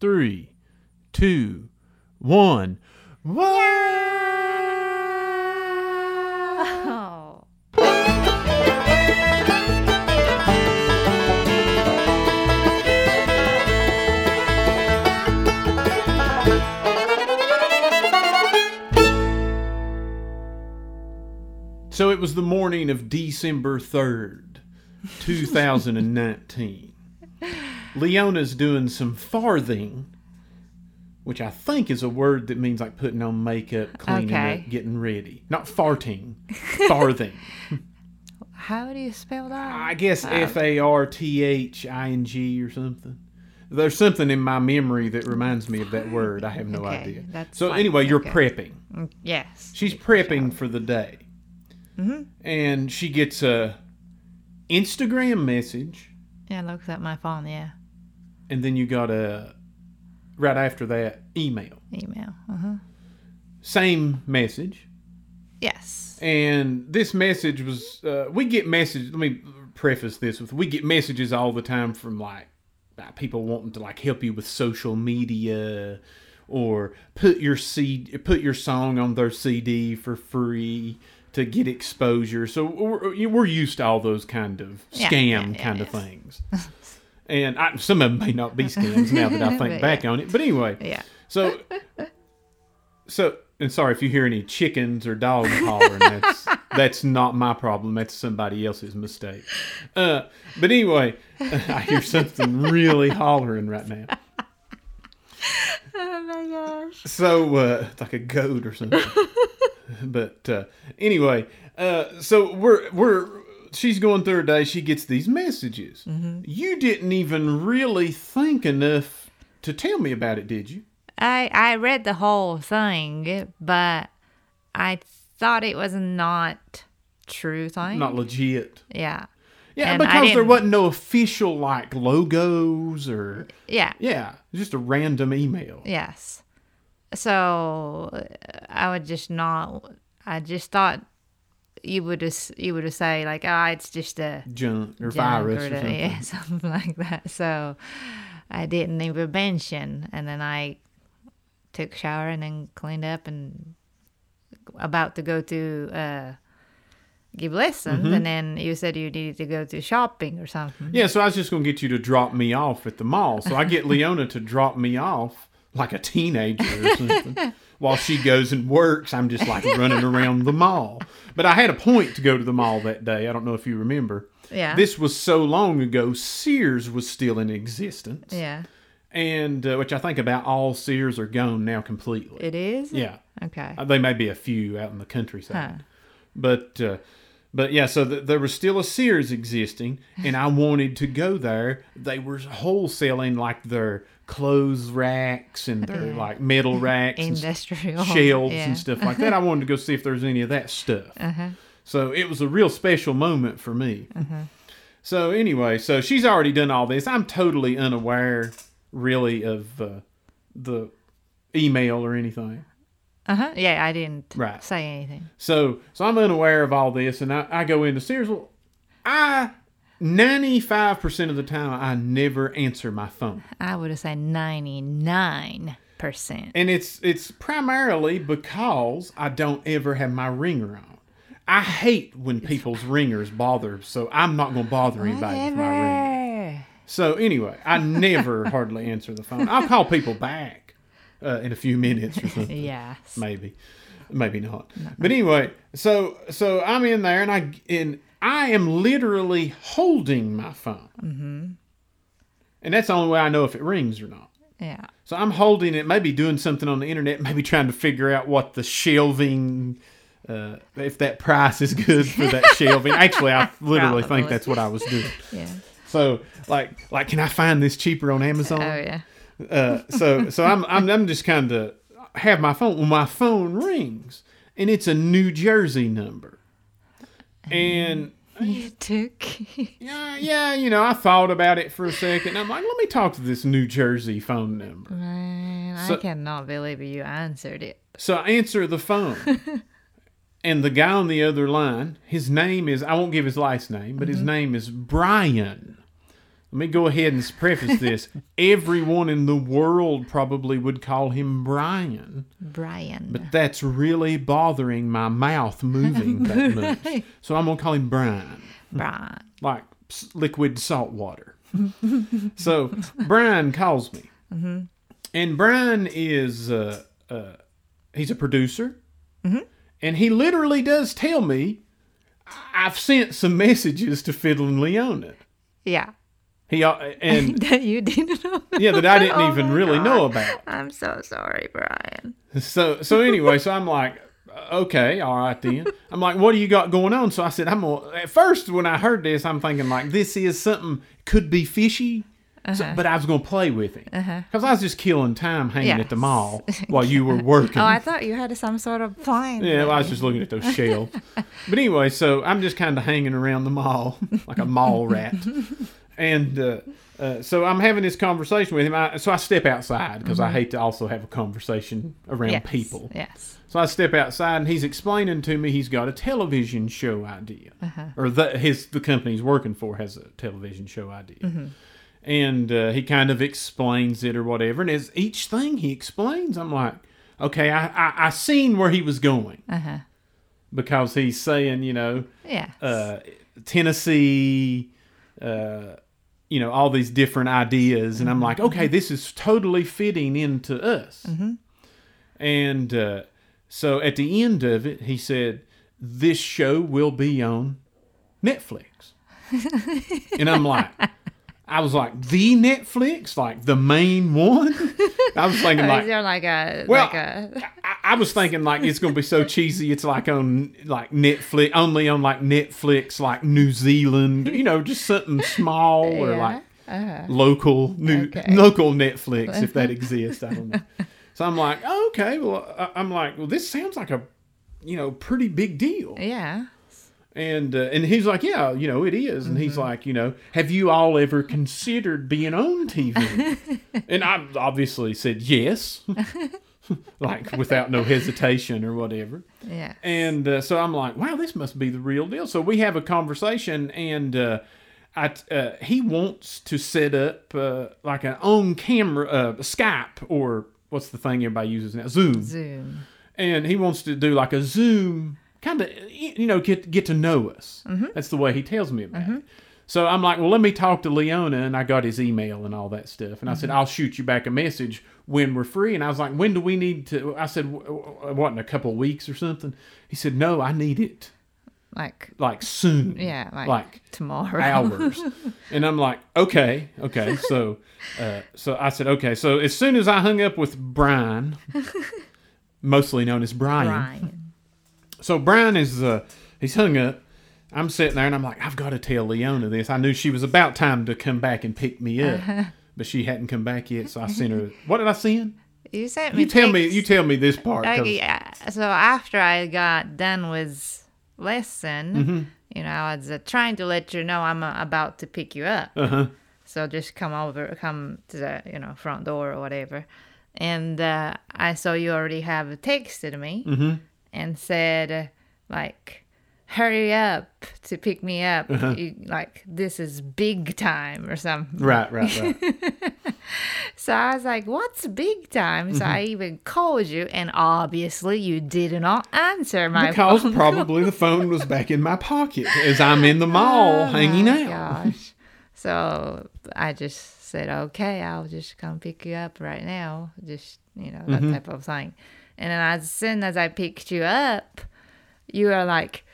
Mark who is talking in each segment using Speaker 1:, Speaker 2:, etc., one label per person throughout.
Speaker 1: three, two, one. Wow!
Speaker 2: Oh.
Speaker 1: So it was the morning of December 3rd, 2019. Leona's doing some farthing, which I think is a word that means like putting on makeup, cleaning
Speaker 2: Okay.
Speaker 1: up, getting ready. Not farting, farthing.
Speaker 2: How do you spell that?
Speaker 1: I guess F A R T H I N G or something. There's something in my memory that reminds me of that word. I have no
Speaker 2: Okay,
Speaker 1: idea.
Speaker 2: that's
Speaker 1: so
Speaker 2: fine.
Speaker 1: anyway, you're
Speaker 2: Okay.
Speaker 1: prepping.
Speaker 2: Yes.
Speaker 1: She's prepping for the day.
Speaker 2: Mm-hmm.
Speaker 1: And she gets a Instagram message
Speaker 2: Yeah, I looked at my phone. Yeah.
Speaker 1: and then you got a right after that email.
Speaker 2: Email. Uh-huh.
Speaker 1: Same message.
Speaker 2: Yes.
Speaker 1: And this message was uh, we get messages. Let me preface this with we get messages all the time from like uh, people wanting to like help you with social media or put your CD, put your song on their CD for free to get exposure. So we're, we're used to all those kind of
Speaker 2: Yeah,
Speaker 1: scam
Speaker 2: yeah, yeah,
Speaker 1: kind of
Speaker 2: yes.
Speaker 1: things. and I, some of them may not be scams now that I think
Speaker 2: But
Speaker 1: back on it. But anyway,
Speaker 2: Yeah.
Speaker 1: so, so, and sorry if you hear any chickens or dogs hollering. That's that's not my problem. That's somebody else's mistake. Uh, but anyway, I hear something really hollering right now.
Speaker 2: Oh my gosh.
Speaker 1: So uh, it's like a goat or something. but uh, anyway, uh, so we're we're she's going through her day. She gets these messages. You didn't even really think enough to tell me about it, did you?
Speaker 2: I I read the whole thing, but I thought it was not true thing.
Speaker 1: Not legit.
Speaker 2: yeah.
Speaker 1: Yeah,
Speaker 2: And I
Speaker 1: because there
Speaker 2: didn't-
Speaker 1: wasn't no official like logos or
Speaker 2: Yeah.
Speaker 1: yeah, just a random email.
Speaker 2: Yes. So uh, I would just not. I just thought you would just you would just say like, ah, it's just a
Speaker 1: Junk or
Speaker 2: junk
Speaker 1: virus or
Speaker 2: the-
Speaker 1: something.
Speaker 2: Yeah, something like that. So I didn't even mention. And then I took a shower and then cleaned up and about to go to uh, give lessons.
Speaker 1: Mm-hmm.
Speaker 2: And then you said you needed to go to shopping or something.
Speaker 1: Yeah, so I was just gonna get you to drop me off at the mall. So I get Leona to drop me off like a teenager or something. While she goes and works, I'm just like running around the mall. But I had a point to go to the mall that day. I don't know if you remember.
Speaker 2: Yeah.
Speaker 1: This was so long ago, Sears was still in existence.
Speaker 2: yeah.
Speaker 1: And uh, which I think about all Sears are gone now completely.
Speaker 2: It is?
Speaker 1: yeah.
Speaker 2: Okay.
Speaker 1: Uh, They may be a few out in the countryside,
Speaker 2: Huh.
Speaker 1: but uh, but yeah. So th- there was still a Sears existing, and I wanted to go there. They were wholesaling like their clothes racks and their
Speaker 2: Yeah.
Speaker 1: like metal racks and s-
Speaker 2: Industrial.
Speaker 1: shelves
Speaker 2: yeah.
Speaker 1: and stuff like that. I wanted to go see if there was any of that stuff.
Speaker 2: Uh-huh.
Speaker 1: So it was a real special moment for me. So anyway, so she's already done all this. I'm totally unaware, really, of uh, the email or anything.
Speaker 2: Uh-huh. Yeah, I didn't
Speaker 1: Right.
Speaker 2: say anything.
Speaker 1: So so I'm unaware of all this, and I, I go into Sears. Well, I ninety five percent of the time I never answer my phone,
Speaker 2: I would have said 99%.
Speaker 1: and it's it's primarily because I don't ever have my ringer on. I hate when people's ringers bother, so I'm not gonna bother anybody with my ringer.
Speaker 2: Whatever.
Speaker 1: So anyway, I never hardly answer the phone. I'll call people back uh, in a few minutes or something.
Speaker 2: Yes.
Speaker 1: maybe maybe not but anyway so so i'm in there and i and i am literally holding my phone mm-hmm. and that's the only way i know if it rings or not
Speaker 2: Yeah.
Speaker 1: so i'm holding it maybe doing something on the internet maybe trying to figure out what the shelving uh, if that price is good for that shelving actually i literally think
Speaker 2: Probably.
Speaker 1: that's what i was doing
Speaker 2: Yeah.
Speaker 1: so like like can i find this cheaper on amazon
Speaker 2: Oh yeah.
Speaker 1: uh, so so I'm I'm, I'm just kind of have my phone. Well, my phone rings, and it's a New Jersey number, and.
Speaker 2: You took.
Speaker 1: Yeah, yeah, you know, I thought about it for a second. I'm like, let me talk to this New Jersey phone number.
Speaker 2: Man,
Speaker 1: So-
Speaker 2: I cannot believe you answered it.
Speaker 1: So I answer the phone, and the guy on the other line, his name is, I won't give his last name, but his name is Brian. Let me go ahead and preface this. Everyone in the world probably would call him Brian,
Speaker 2: Brian.
Speaker 1: but that's really bothering my mouth moving that much. So I'm going to call him Brian,
Speaker 2: Brian.
Speaker 1: like s- liquid salt water. so Brian calls me.
Speaker 2: Mm-hmm.
Speaker 1: And Brian is, uh, uh, he's a producer.
Speaker 2: Mm-hmm.
Speaker 1: And he literally does tell me, "I- I've sent some messages to Fiddlin' Leona.
Speaker 2: Yeah.
Speaker 1: He uh, and
Speaker 2: that you didn't know.
Speaker 1: yeah, that I didn't
Speaker 2: Oh
Speaker 1: even
Speaker 2: my
Speaker 1: really
Speaker 2: God.
Speaker 1: know about.
Speaker 2: I'm so sorry, Brian.
Speaker 1: So so anyway, so I'm like, okay, all right then. I'm like, what do you got going on? So I said, I'm gonna. At first, when I heard this, I'm thinking like, this is something could be fishy. So,
Speaker 2: Uh-huh.
Speaker 1: but I was gonna play with it because I was just killing time hanging at the
Speaker 2: Yes.
Speaker 1: mall while you were working.
Speaker 2: Oh, I thought you had some sort of plan.
Speaker 1: Yeah, well, I was just looking at those shelves. but anyway, so I'm just kind of hanging around the mall like a mall rat. And uh, uh, so I'm having this conversation with him. I, so I step outside because I hate to also have a conversation around
Speaker 2: Mm-hmm. Yes.
Speaker 1: people.
Speaker 2: Yes.
Speaker 1: So I step outside and he's explaining to me he's got a television show idea, or the, his the company he's working for has a television show idea, and uh, he kind of explains it or whatever. And as each thing he explains, I'm like, okay, I I, I seen where he was going
Speaker 2: Uh-huh.
Speaker 1: because he's saying you know
Speaker 2: Yes.
Speaker 1: uh, Tennessee, uh, you know, all these different ideas. And I'm like, okay, this is totally fitting into us. And uh, so at the end of it, he said, this show will be on Netflix. and I'm like, I was like, the Netflix? Like the main one? I was thinking,
Speaker 2: Oh,
Speaker 1: like,
Speaker 2: is there like a
Speaker 1: Well,
Speaker 2: like a
Speaker 1: I, I was thinking like it's gonna be so cheesy. It's like on like Netflix, only on like Netflix, like New Zealand. You know, just something small or
Speaker 2: Yeah.
Speaker 1: like
Speaker 2: uh,
Speaker 1: local new
Speaker 2: Okay.
Speaker 1: local Netflix if that exists. I don't know. So I'm like, oh, okay. Well, I- I'm like, well, this sounds like a you know pretty big deal.
Speaker 2: yeah.
Speaker 1: And uh, and he's like, yeah, you know, it is. And he's like, you know, have you all ever considered being on TV? and I obviously said yes, like without no hesitation or whatever.
Speaker 2: Yeah.
Speaker 1: And uh, so I'm like, wow, this must be the real deal. So we have a conversation, and uh, I t- uh, he wants to set up uh, like an on camera uh, Skype or what's the thing everybody uses now, Zoom
Speaker 2: Zoom.
Speaker 1: and he wants to do like a Zoom kind of, you know, get get to know us.
Speaker 2: Mm-hmm.
Speaker 1: That's the way he tells me about it. So I'm like, well, let me talk to Leona, and I got his email and all that stuff, and I
Speaker 2: Mm-hmm.
Speaker 1: said, I'll shoot you back a message when we're free. And I was like, when do we need to? I said, "W- w- what in a couple of weeks or something? He said, no, I need it
Speaker 2: Like
Speaker 1: like soon.
Speaker 2: yeah, like,
Speaker 1: like
Speaker 2: tomorrow.
Speaker 1: hours. and I'm like, okay, okay. So, uh, so I said, okay. So as soon as I hung up with Brian, mostly known as Brian,
Speaker 2: Brian.
Speaker 1: so Brian is uh, he's hung up. I'm sitting there and I'm like, I've got to tell Leona this. I knew she was about time to come back and pick me up,
Speaker 2: Uh-huh.
Speaker 1: but she hadn't come back yet. So I sent her. What did I send?
Speaker 2: You sent me
Speaker 1: You tell me.
Speaker 2: text-
Speaker 1: You tell me this part. 'cause-
Speaker 2: Like, yeah, so after I got done with lesson,
Speaker 1: Mm-hmm.
Speaker 2: you know, I was uh, trying to let you know I'm uh, about to pick you up.
Speaker 1: Uh-huh.
Speaker 2: So just come over, come to the you know front door or whatever, and uh, I saw you already have texted me
Speaker 1: Mm-hmm.
Speaker 2: and said uh, like, "Hurry up to pick me up!
Speaker 1: Uh-huh.
Speaker 2: You, like this is big time or something."
Speaker 1: Right, right, right.
Speaker 2: So I was like, what's big time? So I
Speaker 1: Mm-hmm.
Speaker 2: even called you, and obviously you did not answer my
Speaker 1: Because
Speaker 2: phone.
Speaker 1: probably the phone was back in my pocket as I'm in the mall hanging
Speaker 2: Oh my
Speaker 1: out.
Speaker 2: Gosh. So I just said, okay, I'll just come pick you up right now. Just, you know,
Speaker 1: Mm-hmm.
Speaker 2: that type of thing. And then as soon as I picked you up, you were like,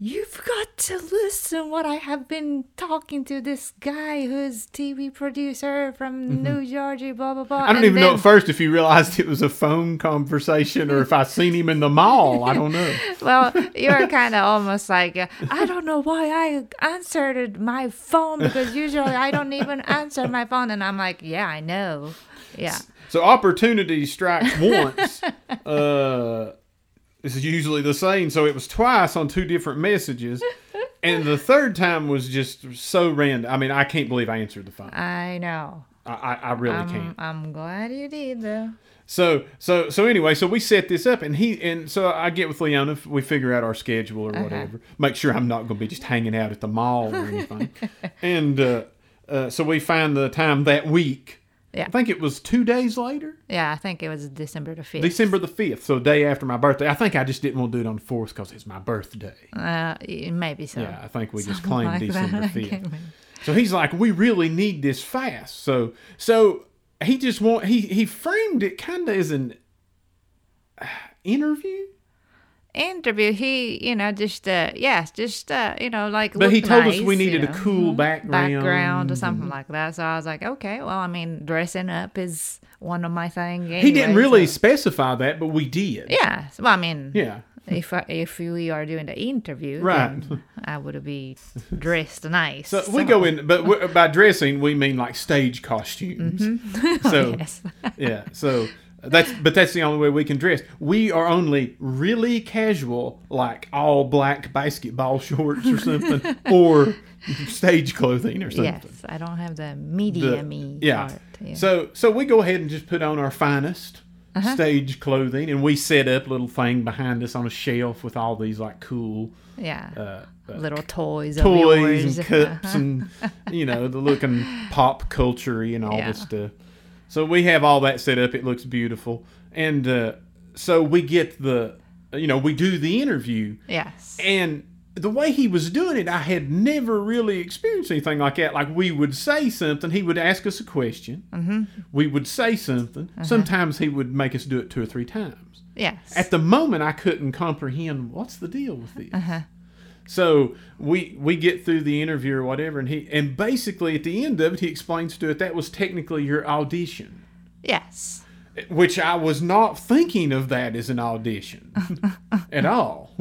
Speaker 2: You've got to listen what I have been talking to this guy who's TV producer from New Jersey, blah blah blah.
Speaker 1: Mm-hmm. I don't
Speaker 2: And
Speaker 1: even know
Speaker 2: then-
Speaker 1: at first if you realized it was a phone conversation or if I seen him in the mall. I don't know.
Speaker 2: well, you're kind of almost like, uh, I don't know why I answered my phone because usually I don't even answer my phone. And I'm like, yeah, I know. Yeah.
Speaker 1: So opportunity strikes once. uh, is usually the same. So it was twice on two different messages, and the third time was just so random. I mean, I can't believe I answered the phone. I
Speaker 2: I know.
Speaker 1: I, I really
Speaker 2: I'm,
Speaker 1: can't.
Speaker 2: I'm glad you did, though.
Speaker 1: So so so anyway, so we set this up, and he and so I get with Leona. f- We figure out our schedule or whatever. Make sure I'm not going to be just hanging out at the mall or anything. and uh, Uh, so we find the time that week.
Speaker 2: Yeah.
Speaker 1: I think it was two days later,
Speaker 2: Yeah, I think it was December the 5th.
Speaker 1: December the 5th, so day after my birthday. I think I just didn't want to do it on the 4th because it's my birthday.
Speaker 2: Uh, y- maybe so.
Speaker 1: Yeah, I think we just
Speaker 2: Something
Speaker 1: claimed
Speaker 2: like that.
Speaker 1: December
Speaker 2: I
Speaker 1: 5th.
Speaker 2: can't remember.
Speaker 1: So he's like, we really need this fast. So so he just want he he framed it kind of as an uh, interview,
Speaker 2: Interview, he, you know, just, uh, yeah, just, uh, you know, like.
Speaker 1: but he
Speaker 2: looked
Speaker 1: told us
Speaker 2: nice,
Speaker 1: we
Speaker 2: you
Speaker 1: needed
Speaker 2: know,
Speaker 1: a cool background.
Speaker 2: background or something like that. So I was like, okay, well, I mean, dressing up is one of my things.
Speaker 1: He didn't
Speaker 2: anyway,
Speaker 1: really
Speaker 2: so-
Speaker 1: specify that, but we did.
Speaker 2: Yeah, so, well, I mean,
Speaker 1: Yeah.
Speaker 2: if I, if we are doing the interview,
Speaker 1: Right.
Speaker 2: then I would be dressed nice.
Speaker 1: So we go in, but we by dressing we mean like stage costumes. So
Speaker 2: Mm-hmm. Oh, yes.
Speaker 1: yeah, so that's but that's the only way we can dress. We are only really casual, like all black basketball shorts or something, or stage clothing or something.
Speaker 2: Yes, I don't have the media me
Speaker 1: yeah.
Speaker 2: part. Yeah. Uh-huh.
Speaker 1: So so we go ahead and just put on our finest stage clothing, and we set up a little thing behind us on a shelf with all these like cool
Speaker 2: yeah.
Speaker 1: uh, uh,
Speaker 2: Little toys, of
Speaker 1: toys
Speaker 2: yours.
Speaker 1: and cups and you know the looking pop culturey and all
Speaker 2: Yeah.
Speaker 1: this stuff. So we have all that set up. It looks beautiful, and uh, so we get the you know we do the interview,
Speaker 2: yes.
Speaker 1: and the way he was doing it, I had never really experienced anything like that. Like we would say something, he would ask us a question, mm-hmm. we would say something. Sometimes he would make us do it two or three times.
Speaker 2: Yes.
Speaker 1: At the moment, I couldn't comprehend what's the deal with this. So we we get through the interview or whatever, and he and basically at the end of it, he explains to it that was technically your audition,
Speaker 2: yes.
Speaker 1: which I was not thinking of that as an audition at all,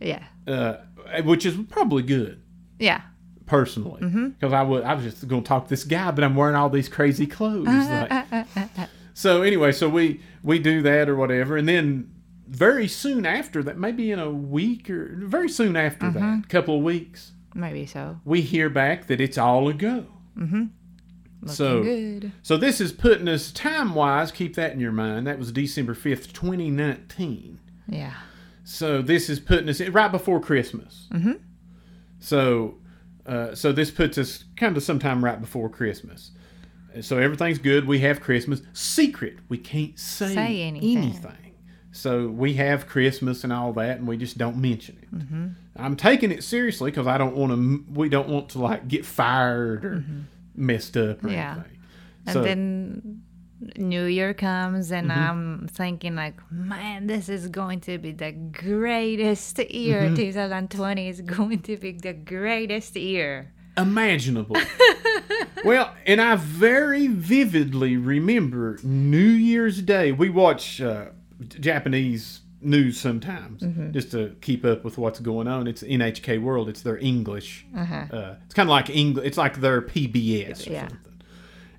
Speaker 2: Yeah.
Speaker 1: uh, which is probably good
Speaker 2: Yeah.
Speaker 1: personally because I was I was just going to talk to this guy, but I'm wearing all these crazy clothes. like- so anyway, so we we do that or whatever, and then very soon after that, maybe in a week or very soon after that, couple of weeks,
Speaker 2: Maybe so.
Speaker 1: we hear back that it's all a go. Mm-hmm. So
Speaker 2: Good.
Speaker 1: so this is putting us time wise. Keep that in your mind. That was December fifth, twenty nineteen.
Speaker 2: Yeah.
Speaker 1: So this is putting us right before Christmas. Mm-hmm. So, uh, so this puts us kind of sometime right before Christmas. So everything's good. We have Christmas. Secret. We can't say,
Speaker 2: Say anything.
Speaker 1: anything. So we have Christmas and all that, and we just don't mention it.
Speaker 2: Mm-hmm.
Speaker 1: I'm taking it seriously because I don't want to. We don't want to like get fired or messed up or
Speaker 2: Mm-hmm. Yeah.
Speaker 1: anything.
Speaker 2: And then New Year comes, and
Speaker 1: Mm-hmm.
Speaker 2: I'm thinking like, man, this is going to be the greatest year.
Speaker 1: Mm-hmm.
Speaker 2: 2020 is going to be the greatest year.
Speaker 1: imaginable. well, and I very vividly remember New Year's Day. We watch uh, J- Japanese news sometimes
Speaker 2: Mm-hmm.
Speaker 1: just to keep up with what's going on. It's NHK World. It's their English.
Speaker 2: Uh-huh.
Speaker 1: Uh, it's kind of like English. It's like their PBS or
Speaker 2: Yeah.
Speaker 1: something.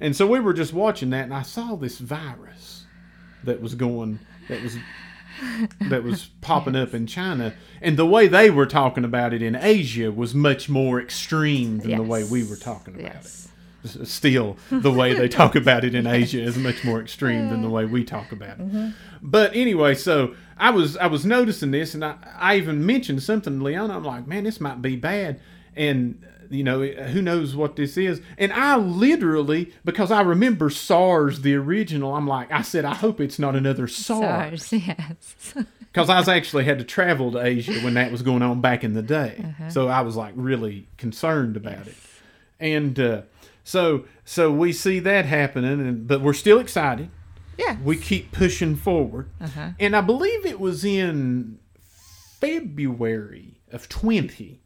Speaker 1: And so we were just watching that, and I saw this virus that was going. That was. That was popping up in China, and the way they were talking about it in Asia was much more extreme than the way we were
Speaker 2: Yes.
Speaker 1: talking about it
Speaker 2: Yes.
Speaker 1: still the way they talk about it in Asia is much more extreme than the way we talk about it. But anyway, so I was I was noticing this, and I, I even mentioned something to Leona. I'm like, man, this might be bad, and uh, you know who knows what this is. And I literally because I remember SARS the original. I'm like, I said, I hope it's not another SARS
Speaker 2: SARS. Yes.
Speaker 1: because I was actually had to travel to Asia when that was going on back in the day, so I was like really concerned about it, and uh, so so we see that happening, and but we're still excited.
Speaker 2: yeah.
Speaker 1: We keep pushing forward, and I believe it was in February of 20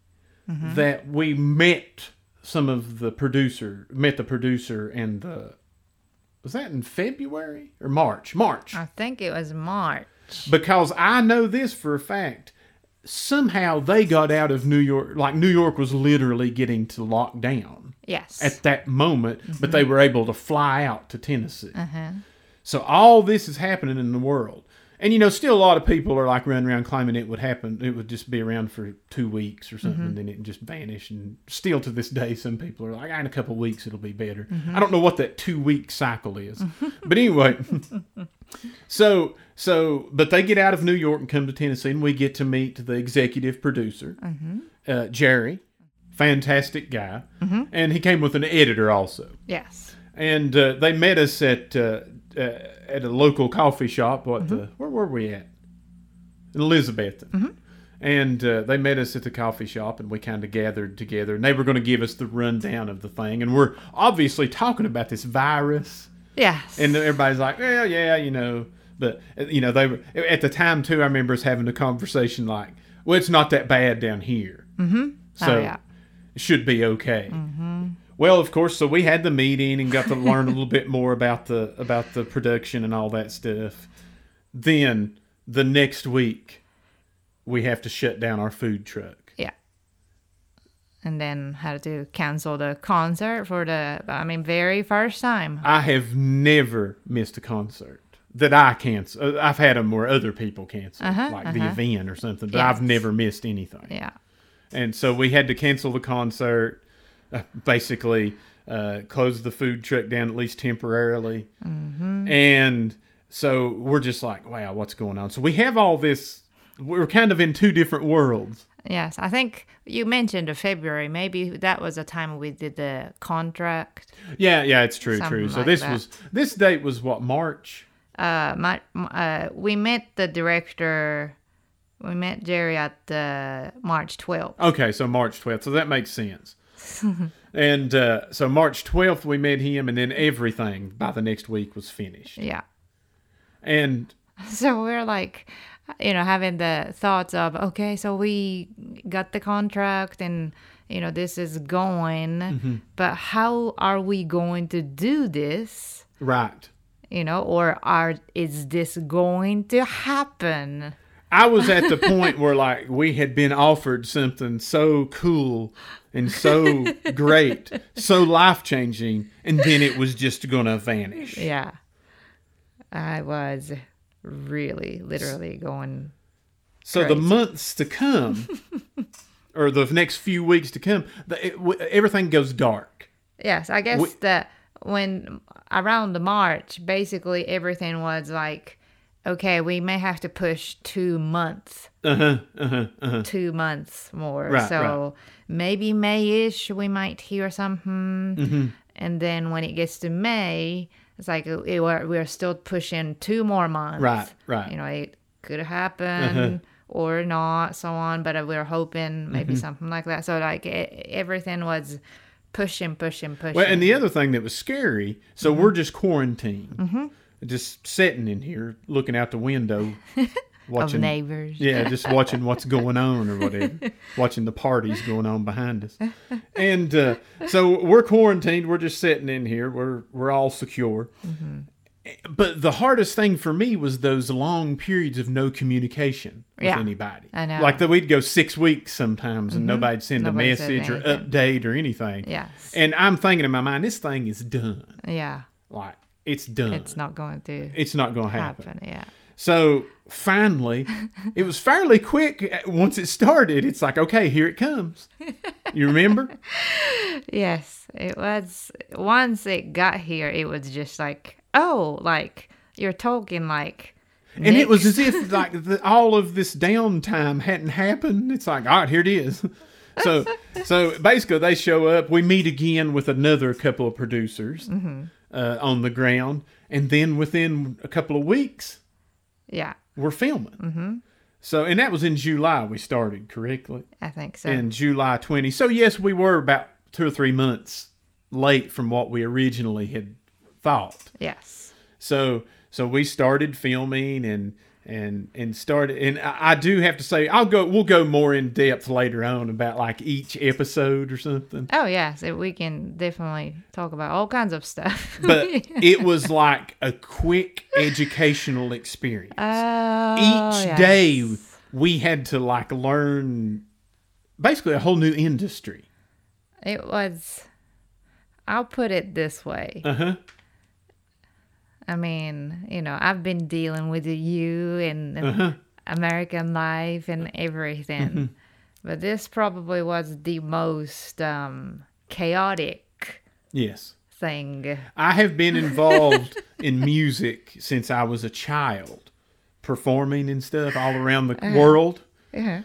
Speaker 1: that we met some of the producer, met the producer, and the was that in February or March? March
Speaker 2: I think it was March.
Speaker 1: because I know this for a fact. Somehow they got out of New York, like New York was literally getting to lock down
Speaker 2: Yes.
Speaker 1: at that moment, but they were able to fly out to Tennessee. So all this is happening in the world. And you know, still a lot of people are like running around claiming it would happen. It would just be around for two weeks or something, and then it just vanish. And still to this day, some people are like, "Ah, "In a couple of weeks, it'll be better." I don't know what that two week cycle is, but anyway. so so, but they get out of New York and come to Tennessee, and we get to meet the executive producer, uh, Jerry fantastic guy, and he came with an editor also.
Speaker 2: Yes.
Speaker 1: And uh, they met us at uh, uh, at a local coffee shop. What the? Where were we at? Elizabeth. And uh, they met us at the coffee shop, and we kind of gathered together. And they were going to give us the rundown of the thing, and we're obviously talking about this virus
Speaker 2: Yes.
Speaker 1: and everybody's like, yeah, yeah, you know. But uh, you know, they were at the time too. I remember us having a conversation like, well, it's not that bad down here, mm-hmm. so
Speaker 2: yeah.
Speaker 1: it should be okay. Mm-hmm. Well, of course, so we had the meeting and got to learn a little bit more about the about the production and all that stuff. Then the next week, we have to shut down our food truck.
Speaker 2: yeah. And then had to cancel the concert for the, I mean, very first time.
Speaker 1: I have never missed a concert that I cancel. uh, I've had them where other people cancel, like the event or something, but I've
Speaker 2: Uh-huh, Yes.
Speaker 1: never missed anything.
Speaker 2: Yeah.
Speaker 1: And so we had to cancel the concert, uh, basically uh, close the food truck down at least temporarily.
Speaker 2: Mm-hmm.
Speaker 1: And so we're just like, wow, what's going on? So we have all this. We're kind of in two different worlds.
Speaker 2: Yes. I think you mentioned the February. Maybe that was the time we did the contract.
Speaker 1: Yeah, yeah, it's true,
Speaker 2: Something
Speaker 1: true. So
Speaker 2: like
Speaker 1: this
Speaker 2: that.
Speaker 1: was this date was what March.
Speaker 2: uh, my, m- uh, we met the director. We met Jerry at the March 12th.
Speaker 1: Okay, so March 12th. So that makes sense. and uh, so March 12th, we met him, and then everything by the next week was finished.
Speaker 2: Yeah.
Speaker 1: And
Speaker 2: So we're like, you know, having the thoughts of, okay, so we got the contract and, you know, this is going, but how are we going to do this?
Speaker 1: right.
Speaker 2: You know, or are is this going to happen?
Speaker 1: I was at the point where, like, we had been offered something so cool and so great, so life changing, and then it was just going to vanish.
Speaker 2: Yeah. I was really literally going
Speaker 1: So the months to come, or the next few weeks to come, the, it, w- everything goes dark.
Speaker 2: Yes, I guess
Speaker 1: We-
Speaker 2: that when around the March, basically everything was like, okay, we may have to push two months,
Speaker 1: Uh huh, uh huh, uh huh.
Speaker 2: two months more.
Speaker 1: Right,
Speaker 2: so maybe May-ish, we might hear something.
Speaker 1: Mm-hmm.
Speaker 2: And then when it gets to May, it's like uh, it, we're, we're still pushing two more months.
Speaker 1: Right, right.
Speaker 2: You know, it could happen.
Speaker 1: Uh-huh.
Speaker 2: Or not, so on. But uh, we are hoping maybe
Speaker 1: Mm-hmm.
Speaker 2: something like that. So like e everything was pushing, pushing, pushing.
Speaker 1: Well, and the other thing that was scary, so
Speaker 2: Mm-hmm.
Speaker 1: we're just quarantined, just sitting in here looking out the window,
Speaker 2: of
Speaker 1: watching.
Speaker 2: neighbors.
Speaker 1: yeah, just watching what's going on or whatever, watching the parties going on behind us, and uh, so we're quarantined. We're just sitting in here. We're we're all secure.
Speaker 2: Mm-hmm.
Speaker 1: But the hardest thing for me was those long periods of no communication with
Speaker 2: Yeah,
Speaker 1: anybody.
Speaker 2: I know. Mm-hmm.
Speaker 1: Like that, we'd go six weeks sometimes, and nobody'd send
Speaker 2: Nobody
Speaker 1: a
Speaker 2: said
Speaker 1: message or
Speaker 2: anything.
Speaker 1: update or anything.
Speaker 2: Yes.
Speaker 1: And I'm thinking in my mind, this thing is done.
Speaker 2: yeah.
Speaker 1: Like it's done.
Speaker 2: It's not going to
Speaker 1: It's not going to happen.
Speaker 2: happen. Yeah.
Speaker 1: So finally, it was fairly quick. uh, Once it started, it's like, okay, here it comes. You remember?
Speaker 2: Yes. It was once it got here, it was just like, oh, like you're talking like
Speaker 1: and it was
Speaker 2: next-
Speaker 1: as if like the, all of this downtime hadn't happened. It's like, all right, here it is. So, so basically, they show up. We meet again with another couple of producers
Speaker 2: Mm-hmm.
Speaker 1: uh, on the ground, and then within a couple of weeks,
Speaker 2: Yeah,
Speaker 1: we're filming. Mm-hmm. So, and that was in July we started, correctly?
Speaker 2: I think so.
Speaker 1: in July 20. So, yes, we were about two or three months late from what we originally had thought.
Speaker 2: yes.
Speaker 1: So, so we started filming and and and started and I I do have to say I'll go we'll go more in depth later on about like each episode or something.
Speaker 2: Oh yes, it- we can definitely talk about all kinds of stuff.
Speaker 1: But it was like a quick educational experience.
Speaker 2: Oh,
Speaker 1: each
Speaker 2: yes.
Speaker 1: day we had to like learn basically a whole new industry.
Speaker 2: It was I'll put it this way.
Speaker 1: Uh-huh.
Speaker 2: I mean, you know, I've been dealing with you and and
Speaker 1: Uh-huh.
Speaker 2: American life and everything,
Speaker 1: Mm-hmm.
Speaker 2: but this probably was the most um, chaotic
Speaker 1: Yes.
Speaker 2: thing.
Speaker 1: I have been involved in music since I
Speaker 2: Uh,
Speaker 1: was a child, performing and stuff all around the world.
Speaker 2: Yeah.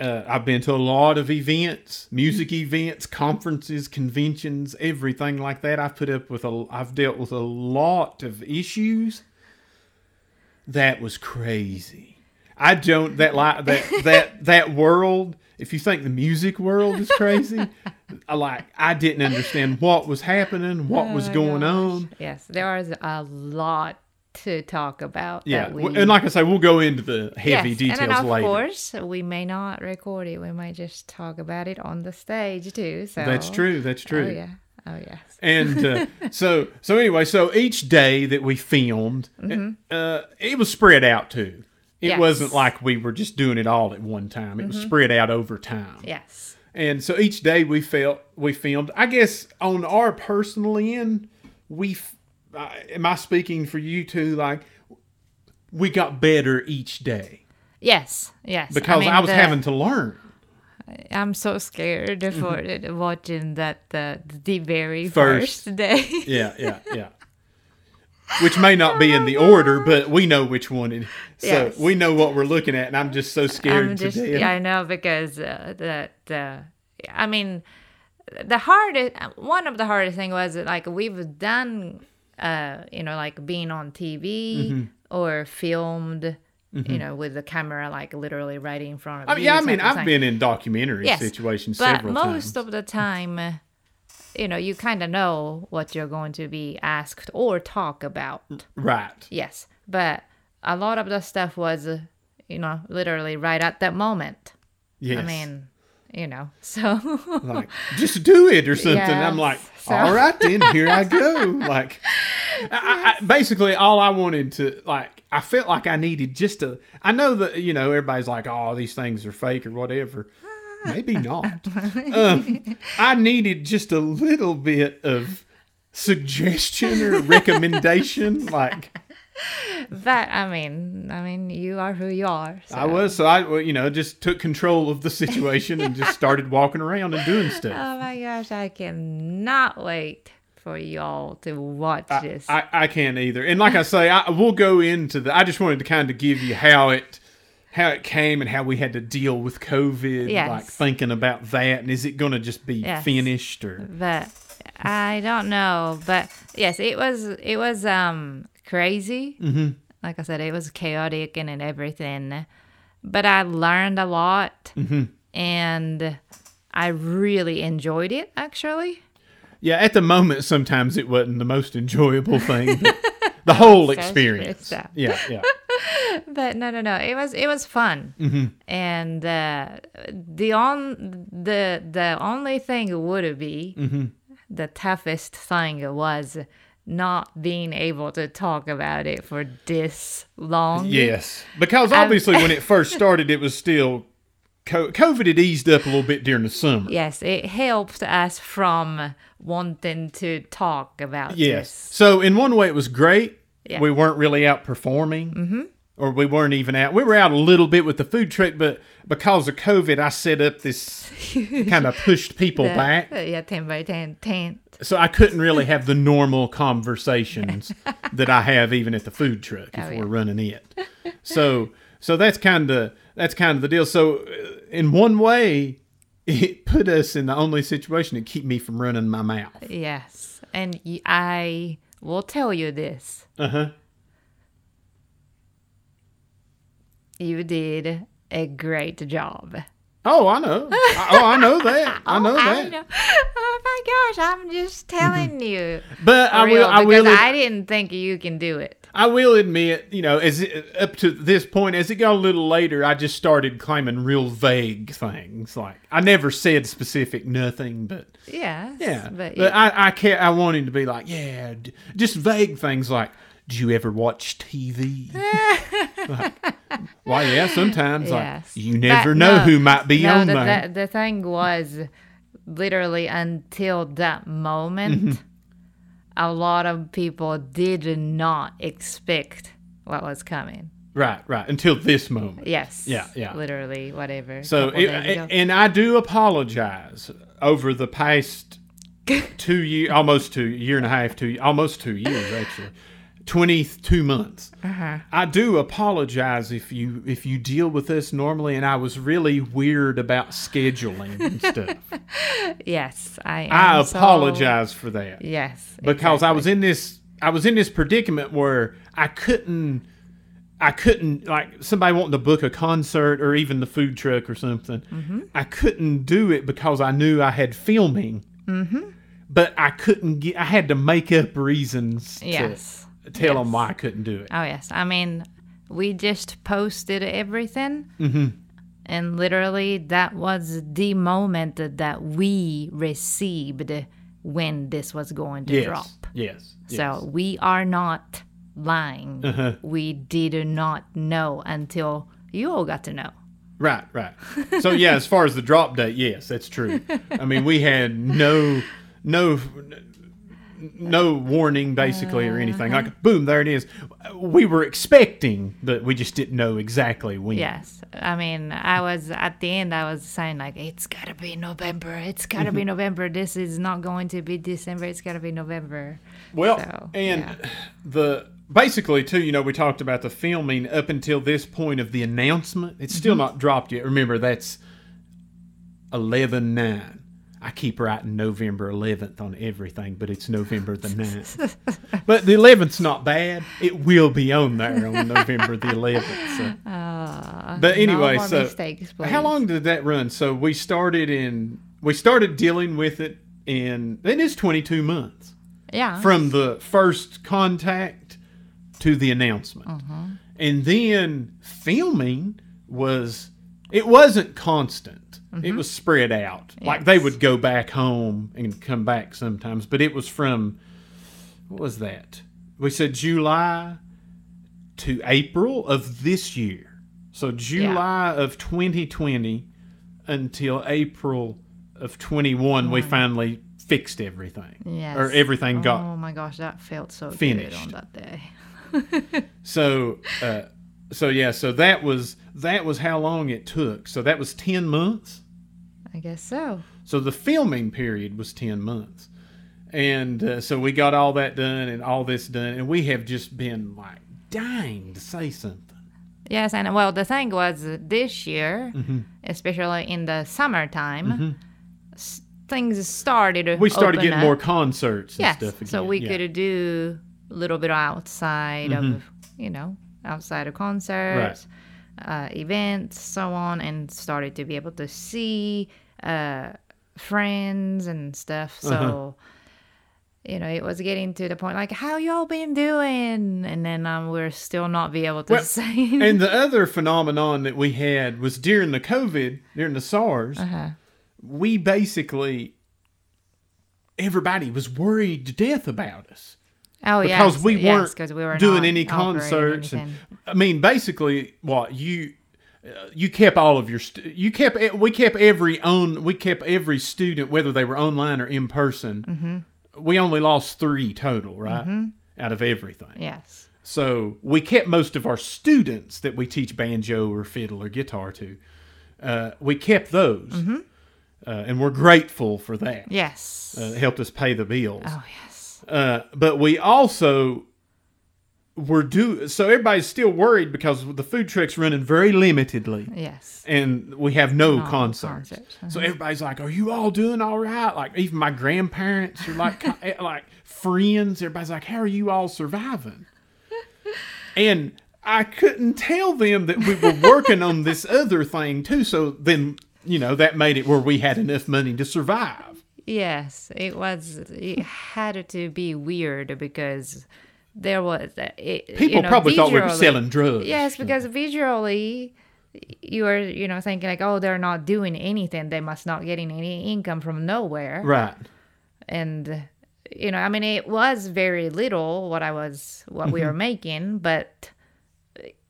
Speaker 1: Uh, I've been to a lot of events, music
Speaker 2: Mm-hmm.
Speaker 1: events, conferences, conventions, everything like that. I've put up with a, I've dealt with a lot of issues. That was crazy. I don't that like that that that world. If you think the music world is crazy, I like I didn't understand what was happening, what was
Speaker 2: Oh,
Speaker 1: going
Speaker 2: gosh.
Speaker 1: on.
Speaker 2: Yes, there is a lot to talk about.
Speaker 1: Yeah,
Speaker 2: that we,
Speaker 1: and like I say, we'll go into the heavy
Speaker 2: Yes,
Speaker 1: details
Speaker 2: and then of
Speaker 1: later.
Speaker 2: course we may not record it. We might just talk about it on the stage too. So
Speaker 1: That's true. That's true.
Speaker 2: Oh yeah. Oh yes.
Speaker 1: and uh, so so anyway so each day that we filmed uh, it was spread out too it
Speaker 2: Mm-hmm. Yes. Mm-hmm.
Speaker 1: wasn't like we were just doing it all at one time it was spread out over time
Speaker 2: Yes.
Speaker 1: and so each day we felt we filmed i guess on our personal end we f- I, am i speaking for you too like we got better each day
Speaker 2: Yes. Yes.
Speaker 1: because i,
Speaker 2: mean,
Speaker 1: was
Speaker 2: the-
Speaker 1: having Mm-hmm. to learn
Speaker 2: I'm so scared for it, watching that the the very
Speaker 1: First.
Speaker 2: first, day.
Speaker 1: yeah yeah yeah which may not be in the order but we know which one it, so
Speaker 2: Yes.
Speaker 1: we know what we're looking at and i'm just so scared
Speaker 2: I'm just
Speaker 1: today
Speaker 2: yeah, I know because uh, the the I mean the hardest one of the hardest thing was that, like we've done uh you know like being on TV
Speaker 1: Mm-hmm.
Speaker 2: or filmed you know with the camera like literally right in front of
Speaker 1: i mean,
Speaker 2: you
Speaker 1: Mm-hmm. Oh, yeah, I mean
Speaker 2: something
Speaker 1: i've
Speaker 2: like-
Speaker 1: been in documentary
Speaker 2: Yes,
Speaker 1: situations
Speaker 2: but
Speaker 1: several
Speaker 2: most
Speaker 1: times
Speaker 2: of the time uh, you know you kind of know what you're going to be asked or talk
Speaker 1: Mm.
Speaker 2: about
Speaker 1: right
Speaker 2: Yes, but a lot of the stuff was, uh, you know, literally right at that moment.
Speaker 1: yes
Speaker 2: I mean, you know, so
Speaker 1: like just do it or something i'm
Speaker 2: Yes,
Speaker 1: like
Speaker 2: so-
Speaker 1: all right then here i go like I, I, basically all i wanted to like i felt like i needed just to i know that you know everybody's like oh these things are fake or whatever maybe not um, i needed just a little bit of suggestion or recommendation like
Speaker 2: that I mean, I mean, you are who you are. So.
Speaker 1: i was so i well, you know just took control of the situation and just started walking around and doing stuff
Speaker 2: oh my gosh, I cannot wait for y'all to watch this.
Speaker 1: I, I can't either. And like I say, I, we'll go into the. I just wanted to kind of give you how it how it came and how we had to deal with COVID.
Speaker 2: Yes.
Speaker 1: Like thinking about that, and is it going to just be
Speaker 2: Yes.
Speaker 1: finished or?
Speaker 2: but I don't know. But yes, it was it was um crazy. Mm-hmm. Like I said, it was chaotic and, and everything. But I learned a lot, and I really enjoyed it. Actually,
Speaker 1: Yeah, at the moment, sometimes it wasn't the most enjoyable thing. But the whole
Speaker 2: so
Speaker 1: experience.
Speaker 2: stressed out.
Speaker 1: Yeah, yeah,
Speaker 2: but no, no, no. It was it was fun, and uh, the on the the only thing would be the toughest thing was not being able to talk about it for this long.
Speaker 1: yes. Because
Speaker 2: Um,
Speaker 1: obviously, when it first started, it was still co- COVID had eased up a little bit during the summer.
Speaker 2: Yes, it helped us from wanting to talk about
Speaker 1: Yes.
Speaker 2: this.
Speaker 1: So in one way, it was great.
Speaker 2: Yeah.
Speaker 1: We weren't really out performing, mm-hmm. or we weren't even out. We were out a little bit with the food truck, but because of COVID, I set up this kind of pushed people
Speaker 2: Uh,
Speaker 1: back,
Speaker 2: yeah, 10 by 10 tent.
Speaker 1: so I couldn't really have the normal conversations that I have even at the food truck if
Speaker 2: Oh, yeah.
Speaker 1: we're running it. So, so that's kind of that's kind of the deal. So, uh, in one way. It put us in the only situation to keep me from running my mouth.
Speaker 2: Yes. And y- I will tell you this.
Speaker 1: Uh huh.
Speaker 2: You did a great job.
Speaker 1: Oh, I know. I, oh, I know that. I know that.
Speaker 2: I know. Oh my gosh, I'm just telling you.
Speaker 1: But I
Speaker 2: Real,
Speaker 1: will, I
Speaker 2: because
Speaker 1: will,
Speaker 2: I didn't think you can do it.
Speaker 1: I will admit, you know, as it, up to this point, as it got a little later, I just started claiming real vague things. Like I never said specific nothing, but
Speaker 2: Yes.
Speaker 1: yeah,
Speaker 2: But,
Speaker 1: but, I, I can't. I wanted to be like, yeah, d- just vague things like, do you ever watch TV? Like, Why, yeah, sometimes.
Speaker 2: Yes.
Speaker 1: Like you never
Speaker 2: But
Speaker 1: know
Speaker 2: no,
Speaker 1: who might be
Speaker 2: no,
Speaker 1: on
Speaker 2: the,
Speaker 1: there.
Speaker 2: the, the thing was literally until that moment,
Speaker 1: Mm-hmm.
Speaker 2: a lot of people did not expect what was coming.
Speaker 1: Right, right. Until this moment.
Speaker 2: Yes.
Speaker 1: Yeah, yeah.
Speaker 2: Literally, whatever.
Speaker 1: So,
Speaker 2: couple
Speaker 1: it,
Speaker 2: days ago.
Speaker 1: and I do apologize over the past two year, almost two year and a half, two almost two years actually, 22 months.
Speaker 2: Uh-huh.
Speaker 1: I do apologize if you if you deal with this normally, and I was really weird about scheduling and stuff.
Speaker 2: Yes, I. Am
Speaker 1: I
Speaker 2: so-
Speaker 1: apologize for that
Speaker 2: Yes,
Speaker 1: because I was in this I was in this predicament where I couldn't I couldn't like somebody wanting to book a concert or even the food truck or something.
Speaker 2: Mm-hmm.
Speaker 1: I couldn't do it because I knew I had filming. Mm-hmm. But I couldn't get. I had to make up reasons
Speaker 2: Yes.
Speaker 1: to tell them why I couldn't do it.
Speaker 2: Oh yes, I mean, we just posted everything,
Speaker 1: Mm-hmm.
Speaker 2: and literally that was the moment that, that we received when this was going to
Speaker 1: yes.
Speaker 2: drop.
Speaker 1: Yes. Uh-huh.
Speaker 2: So we are not lying. We did not know until you all got to know.
Speaker 1: Right, right. So yeah, as far as the drop date, yes, that's true. I mean, we had no, no, no warning basically or anything. Like boom, there it is. We were expecting, but we just didn't know exactly when.
Speaker 2: Yes. I mean, I was at the end, I was saying, like, it's got to be November. It's got to be
Speaker 1: Mm-hmm.
Speaker 2: November. This is not going to be December. It's got to be November.
Speaker 1: Well,
Speaker 2: So,
Speaker 1: and
Speaker 2: yeah.
Speaker 1: the basically too, you know, we talked about the filming up until this point of the announcement. It's still
Speaker 2: Mm-hmm.
Speaker 1: not dropped yet. Remember, that's eleven nine. I keep writing November 11th on everything, but it's November the 9th. but the 11th's not bad. It will be on there on November the 11th. So. But anyway,
Speaker 2: no Ah, more
Speaker 1: so
Speaker 2: mistakes,
Speaker 1: how
Speaker 2: please.
Speaker 1: long did that run? So we started in we started dealing with it in it is 22 months
Speaker 2: Yeah.
Speaker 1: from the first contact to the announcement.
Speaker 2: Mm-hmm.
Speaker 1: And then filming was it wasn't constant. It
Speaker 2: Mm-hmm.
Speaker 1: was spread out. Like they would go back home and come back sometimes, but it was from what was that? We said July to April of this year. So July of 2020 until April of 21 we finally fixed everything.
Speaker 2: Yes.
Speaker 1: Or everything got
Speaker 2: Oh my gosh, that felt so good
Speaker 1: finished.
Speaker 2: on that day.
Speaker 1: So, uh, so yeah, so that was that was how long it took. So that was ten months.
Speaker 2: I guess so.
Speaker 1: So the filming period was ten months, and uh, so we got all that done and all this done, and we have just been like dying to say something.
Speaker 2: Yes, and well, the thing was uh, this year,
Speaker 1: Mm-hmm.
Speaker 2: especially in the summertime, s- things started. to
Speaker 1: We started
Speaker 2: open
Speaker 1: getting
Speaker 2: up.
Speaker 1: more concerts and
Speaker 2: Yes,
Speaker 1: stuff again.
Speaker 2: so we
Speaker 1: yeah.
Speaker 2: could do a little bit outside of
Speaker 1: Mm-hmm.
Speaker 2: you know outside of concerts, uh, events, so on, and started to be able to see uh, friends and stuff. So.
Speaker 1: Uh-huh.
Speaker 2: You know, it was getting to the point like, "How y'all been doing?" And then um, we're still not be able to
Speaker 1: Well,
Speaker 2: say.
Speaker 1: and the other phenomenon that we had was during the COVID, during the SARS,
Speaker 2: Uh-huh.
Speaker 1: we basically everybody was worried to death about us.
Speaker 2: Oh yeah,
Speaker 1: because we weren't doing any
Speaker 2: concerts.
Speaker 1: concerts. And, I mean, basically, what you uh, you kept all of your stu- you kept e- we kept every own we kept every student whether they were online or in person.
Speaker 2: Mm-hmm.
Speaker 1: We only lost three total, right? Out of everything,
Speaker 2: yes,
Speaker 1: so we kept most of our students that we teach banjo or fiddle or guitar to. Uh, we kept those, uh, and we're grateful for that.
Speaker 2: Mm-hmm. yes.
Speaker 1: Uh, it helped us pay the bills.
Speaker 2: oh yes,
Speaker 1: Uh, but we also were do so everybody's still worried because the food truck's running very limitedly
Speaker 2: yes.
Speaker 1: and we have no,
Speaker 2: No
Speaker 1: concerts.
Speaker 2: concerts, uh-huh.
Speaker 1: So everybody's like, "Are you all doing all right?" Like even my grandparents or like co- eh, like friends, everybody's like, "How are you all surviving?" and I couldn't tell them that we were working on this other thing too. So then, you know, that made it where we had enough money to survive.
Speaker 2: Yes, it was. It had to be weird because there was uh, it,
Speaker 1: People
Speaker 2: you know,
Speaker 1: probably thought we were
Speaker 2: visually-
Speaker 1: selling drugs.
Speaker 2: Yes, because visually, you are you know thinking like, oh, they're not doing anything. They must not getting any income from nowhere.
Speaker 1: Right.
Speaker 2: and you know i mean it was very little what i was what we were
Speaker 1: Mm-hmm.
Speaker 2: making but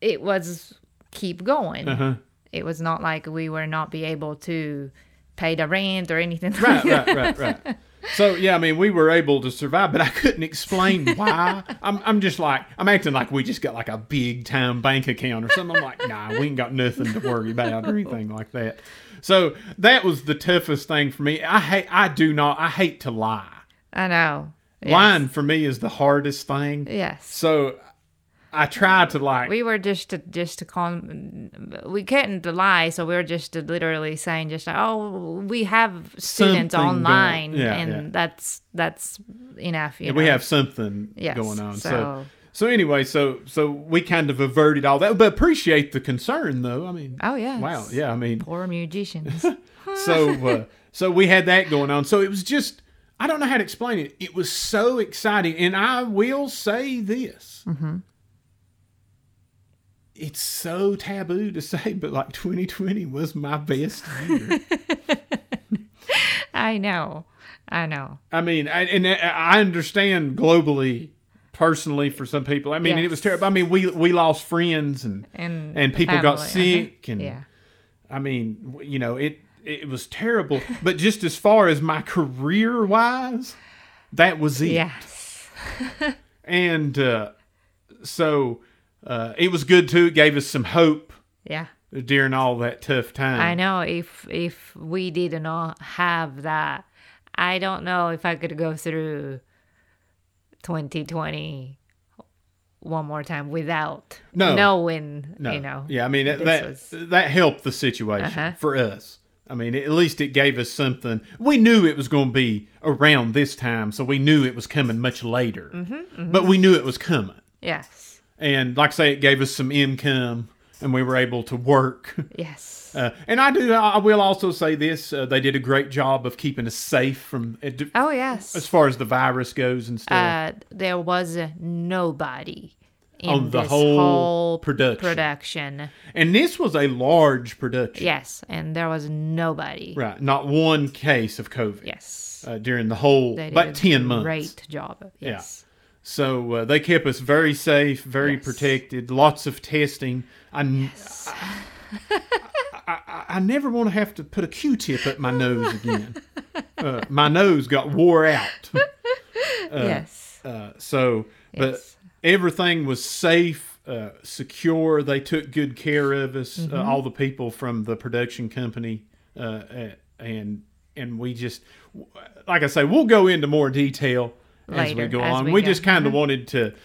Speaker 2: it was keep going
Speaker 1: Uh-huh.
Speaker 2: it was not like we were not be able to pay the rent or anything
Speaker 1: right, right, right, right. So yeah, I mean, we were able to survive, but I couldn't explain why. I'm, I'm just like, I'm acting like we just got like a big time bank account or something. I'm like, nah, we ain't got nothing to worry about or anything like that. So that was the toughest thing for me. I hate, I do not, I hate to lie.
Speaker 2: i know Yes.
Speaker 1: Line for me is the hardest thing.
Speaker 2: Yes.
Speaker 1: So I try to like
Speaker 2: We were just to, just to con, we couldn't lie, so we were just to literally saying just like, oh, we have students
Speaker 1: Something going-
Speaker 2: online,
Speaker 1: yeah,
Speaker 2: and
Speaker 1: yeah.
Speaker 2: that's that's enough. You
Speaker 1: we
Speaker 2: know?
Speaker 1: have something
Speaker 2: Yes,
Speaker 1: going on. So. so
Speaker 2: so-
Speaker 1: anyway, so so we kind of averted all that, but appreciate the concern though. I mean,
Speaker 2: Oh yes.
Speaker 1: wow, yeah, I mean,
Speaker 2: Poor musicians.
Speaker 1: so uh, so we had that going on. So it was just I don't know how to explain it. It was so exciting, and I will say this:
Speaker 2: Mm-hmm.
Speaker 1: it's so taboo to say, but like 2020 was my best year.
Speaker 2: I know. I know.
Speaker 1: I mean, I, and uh, I understand globally, personally, for some people. I mean, it was
Speaker 2: Yes.
Speaker 1: terrible. I mean, we we lost friends and
Speaker 2: And
Speaker 1: And people got
Speaker 2: family, I think.
Speaker 1: sick and-
Speaker 2: yeah.
Speaker 1: I mean, w- you know, it it was terrible. But just as far as my career wise, that was it.
Speaker 2: Yes.
Speaker 1: And uh, so uh, it was good too. It gave us some hope
Speaker 2: Yeah.
Speaker 1: during all that tough time.
Speaker 2: I know if if we did not have that, I don't know if I could go through 2020 one more time without
Speaker 1: No.
Speaker 2: knowing,
Speaker 1: No.
Speaker 2: you know.
Speaker 1: yeah, I mean that
Speaker 2: this
Speaker 1: that,
Speaker 2: was-
Speaker 1: that helped the situation
Speaker 2: Uh-huh.
Speaker 1: for us. I mean, at least it gave us something. We knew it was going to be around this time, so we knew it was coming much later.
Speaker 2: Mm-hmm,
Speaker 1: But we knew it was coming,
Speaker 2: Yes.
Speaker 1: and like I say, it gave us some income, and we were able to work.
Speaker 2: Yes.
Speaker 1: Uh, and I do. I will also say this: uh, they did a great job of keeping us safe from uh,
Speaker 2: oh
Speaker 1: as
Speaker 2: yes.
Speaker 1: far as the virus goes and stuff.
Speaker 2: Uh, there was nobody in
Speaker 1: On the
Speaker 2: this
Speaker 1: whole
Speaker 2: whole
Speaker 1: production.
Speaker 2: production.
Speaker 1: and this was a large production,
Speaker 2: Yes, and there was nobody.
Speaker 1: right? Not one case of COVID
Speaker 2: Yes.
Speaker 1: uh, during the whole
Speaker 2: They did
Speaker 1: about
Speaker 2: a
Speaker 1: ten months.
Speaker 2: Great job. Yes.
Speaker 1: So uh, they kept us very safe, very
Speaker 2: Yes.
Speaker 1: protected. Lots of testing. I, n- I, I, I never want to have to put a Q-tip up my nose again. Uh, my nose got wore out.
Speaker 2: yes.
Speaker 1: Uh, so,
Speaker 2: Yes.
Speaker 1: but everything was safe, uh, secure. They took good care of us. Uh,
Speaker 2: Mm-hmm.
Speaker 1: all the people from the production company, uh, uh, and and we just, like I say, we'll go into more detail as we
Speaker 2: Later,
Speaker 1: go
Speaker 2: as
Speaker 1: on. We,
Speaker 2: we go. Mm-hmm.
Speaker 1: just kind of wanted to to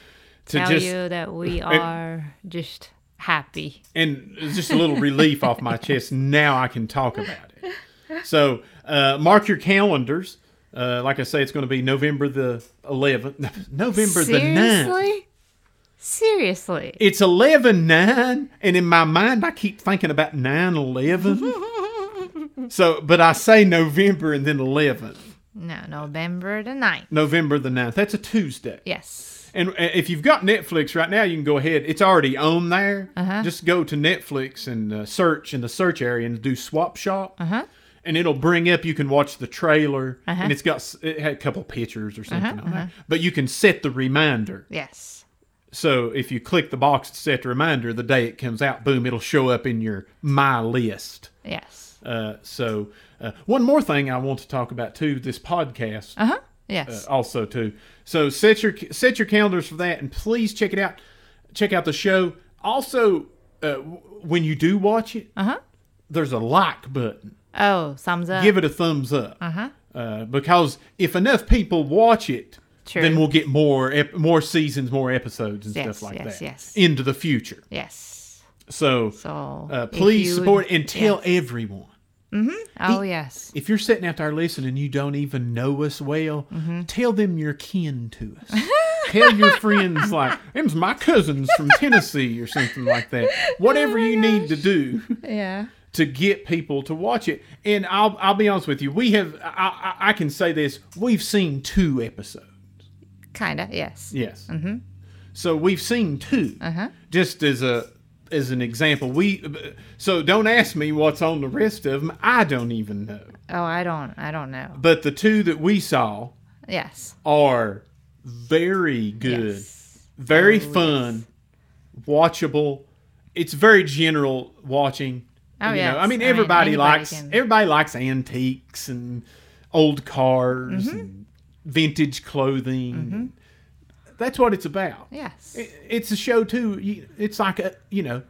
Speaker 2: Tell
Speaker 1: just
Speaker 2: you that we are just happy.
Speaker 1: and it's just a little relief off my chest. Now I can talk about it. So uh, mark your calendars. Uh, like I say, it's going to be November the 11th, November the 9th.
Speaker 2: Seriously? Seriously.
Speaker 1: It's 11 9, and in my mind, I keep thinking about 9 11. so, but I say November and then 11,
Speaker 2: No, November the 9th.
Speaker 1: November the 9th. That's a Tuesday.
Speaker 2: Yes.
Speaker 1: And uh, if you've got Netflix right now, you can go ahead. It's already on there.
Speaker 2: Uh-huh.
Speaker 1: Just go to Netflix and uh, search in the search area and do Swap Shop.
Speaker 2: Uh-huh.
Speaker 1: And it'll bring up, you can watch the trailer.
Speaker 2: Uh-huh.
Speaker 1: And it's got, s- it had a couple pictures or something on there. But you can set the reminder.
Speaker 2: Yes.
Speaker 1: So if you click the box to set the reminder, the day it comes out, boom, it'll show up in your My List.
Speaker 2: Yes.
Speaker 1: Uh, so uh, one more thing I want to talk about too, this podcast
Speaker 2: Uh huh. Yes.
Speaker 1: also too. So set your set your calendars for that, and please check it out. Check out the show. Also, uh, w- when you do watch it,
Speaker 2: Uh huh.
Speaker 1: there's a like button.
Speaker 2: Oh, thumbs up.
Speaker 1: Give it a thumbs up.
Speaker 2: uh huh.
Speaker 1: Uh, because if enough people watch it,
Speaker 2: True.
Speaker 1: then we'll get more ep- more seasons, more episodes, and
Speaker 2: Yes,
Speaker 1: stuff like
Speaker 2: yes,
Speaker 1: that
Speaker 2: yes.
Speaker 1: into the future.
Speaker 2: Yes.
Speaker 1: So
Speaker 2: So
Speaker 1: uh,
Speaker 2: if
Speaker 1: please
Speaker 2: you-
Speaker 1: support and tell everyone.
Speaker 2: Oh, yes.
Speaker 1: If you're sitting out there listening and you don't even know us well,
Speaker 2: Mm-hmm.
Speaker 1: tell them you're kin to us. tell your friends like, "Them's my cousins from Tennessee" or something like that. Whatever
Speaker 2: Oh
Speaker 1: you need to do
Speaker 2: Yeah.
Speaker 1: to get people to watch it. And I'll I'll be honest with you, we have I, I, I can say this: we've seen two episodes.
Speaker 2: Kinda. Yes.
Speaker 1: Yes. Mm-hmm. So we've seen 2
Speaker 2: Uh-huh.
Speaker 1: Just as a as an example, we so don't ask me what's on the rest of them. I don't even know.
Speaker 2: Oh, I don't. I don't know.
Speaker 1: But the two that we saw
Speaker 2: Yes.
Speaker 1: are very good,
Speaker 2: Yes. Oh,
Speaker 1: very fun, watchable. It's very general watching.
Speaker 2: Oh,
Speaker 1: you
Speaker 2: yes.
Speaker 1: know, I mean
Speaker 2: I mean,
Speaker 1: everybody
Speaker 2: anybody
Speaker 1: likes
Speaker 2: can-
Speaker 1: everybody likes antiques and old cars
Speaker 2: Mm-hmm.
Speaker 1: and vintage clothing. That's what it's about.
Speaker 2: Yes.
Speaker 1: It- It's a show too. You- It's like a you know,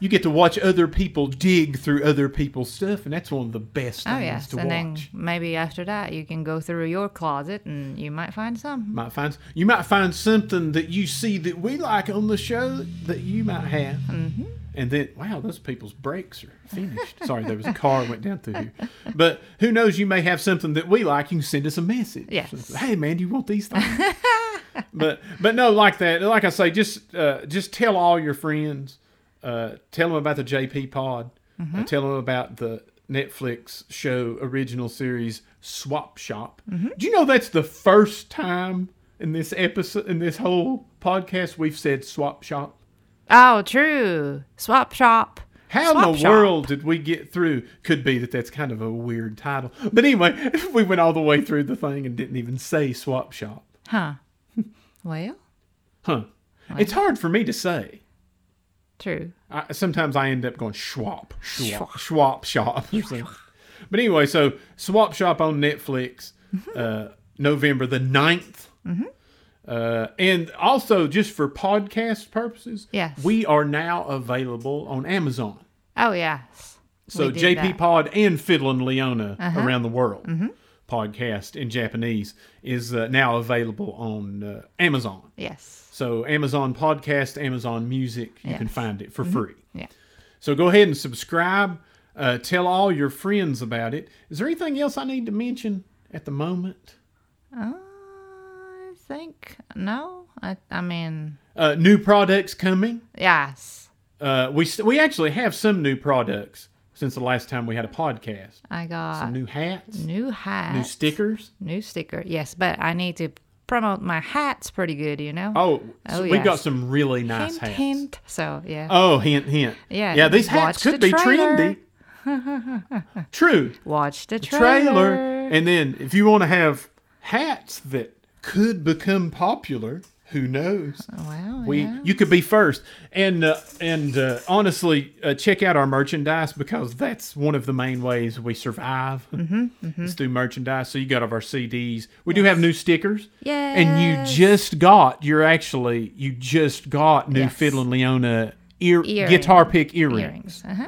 Speaker 1: you get to watch other people dig through other people's stuff, and that's one of the best things
Speaker 2: Oh yes,
Speaker 1: to
Speaker 2: and then
Speaker 1: watch.
Speaker 2: maybe after that you can go through your closet and you might find some.
Speaker 1: Might find you might find something that you see that we like on the show that you might have,
Speaker 2: Mm-hmm.
Speaker 1: and then wow, those people's brakes are finished. Sorry, there was a car went down through here, but who knows? You may have something that we like. You can send us a message.
Speaker 2: Yes.
Speaker 1: Hey man, do you want these things? but but no, like that. Like I say, just uh, just tell all your friends. Uh, tell them about the JP Pod.
Speaker 2: Mm-hmm.
Speaker 1: Uh, tell them about the Netflix show original series Swap Shop.
Speaker 2: Mm-hmm.
Speaker 1: Do you know that's the first time in this episode in this whole podcast we've said Swap Shop?
Speaker 2: Oh, true. Swap shop.
Speaker 1: How in
Speaker 2: Swap
Speaker 1: the
Speaker 2: shop.
Speaker 1: world did we get through? Could be that that's kind of a weird title. But anyway, we went all the way through the thing and didn't even say Swap Shop.
Speaker 2: Huh. Well,
Speaker 1: Huh. It's hard for me to say.
Speaker 2: true.
Speaker 1: I, sometimes I end up going Schwab, Schwab,
Speaker 2: Schwap.
Speaker 1: Schwab shop. or something. But anyway, so Swap Shop on Netflix,
Speaker 2: Mm-hmm.
Speaker 1: uh, November the 9th. Uh, and also, just for podcast purposes,
Speaker 2: Yes.
Speaker 1: we are now available on Amazon.
Speaker 2: Oh yes.
Speaker 1: So
Speaker 2: We did
Speaker 1: JP
Speaker 2: that. Uh-huh. Mm-hmm.
Speaker 1: Pod and Fiddle and Leona around the world podcast in Japanese is uh, now available on uh, Amazon.
Speaker 2: Yes.
Speaker 1: So Amazon Podcast, Amazon Music, you can
Speaker 2: Yes. Mm-hmm.
Speaker 1: find it for free.
Speaker 2: Yeah.
Speaker 1: So go ahead and subscribe. Uh, tell all your friends about it. Is there anything else I need to mention at the moment?
Speaker 2: I think no. I I mean
Speaker 1: Uh, new products coming.
Speaker 2: yes.
Speaker 1: Uh, we st- we actually have some new products since the last time we had a podcast.
Speaker 2: I got
Speaker 1: Some new hats,
Speaker 2: new hat,
Speaker 1: new stickers.
Speaker 2: new sticker. Yes, but I need to promote my hats pretty good. You know.
Speaker 1: Oh,
Speaker 2: Oh,
Speaker 1: so we've got
Speaker 2: yes.
Speaker 1: some really nice
Speaker 2: hint,
Speaker 1: hats.
Speaker 2: hint. So yeah.
Speaker 1: Oh, hint, hint.
Speaker 2: Yeah,
Speaker 1: yeah. These
Speaker 2: watch
Speaker 1: hats could
Speaker 2: the
Speaker 1: be
Speaker 2: trailer.
Speaker 1: trendy. True.
Speaker 2: Watch the
Speaker 1: trailer.
Speaker 2: trailer.
Speaker 1: And then if you want to have hats that could become popular, who knows?
Speaker 2: Wow.
Speaker 1: We
Speaker 2: yeah.
Speaker 1: you could be first. And uh, and uh, honestly, uh, check out our merchandise because that's one of the main ways we survive. Mm-hmm, It's through merchandise. So you got of our CDs. We do have new stickers. And
Speaker 2: Yes.
Speaker 1: you just got you're actually you just got new
Speaker 2: Yes.
Speaker 1: Fiddlin' Leona ear
Speaker 2: Earrings.
Speaker 1: guitar pick earrings.
Speaker 2: earrings. Uh huh.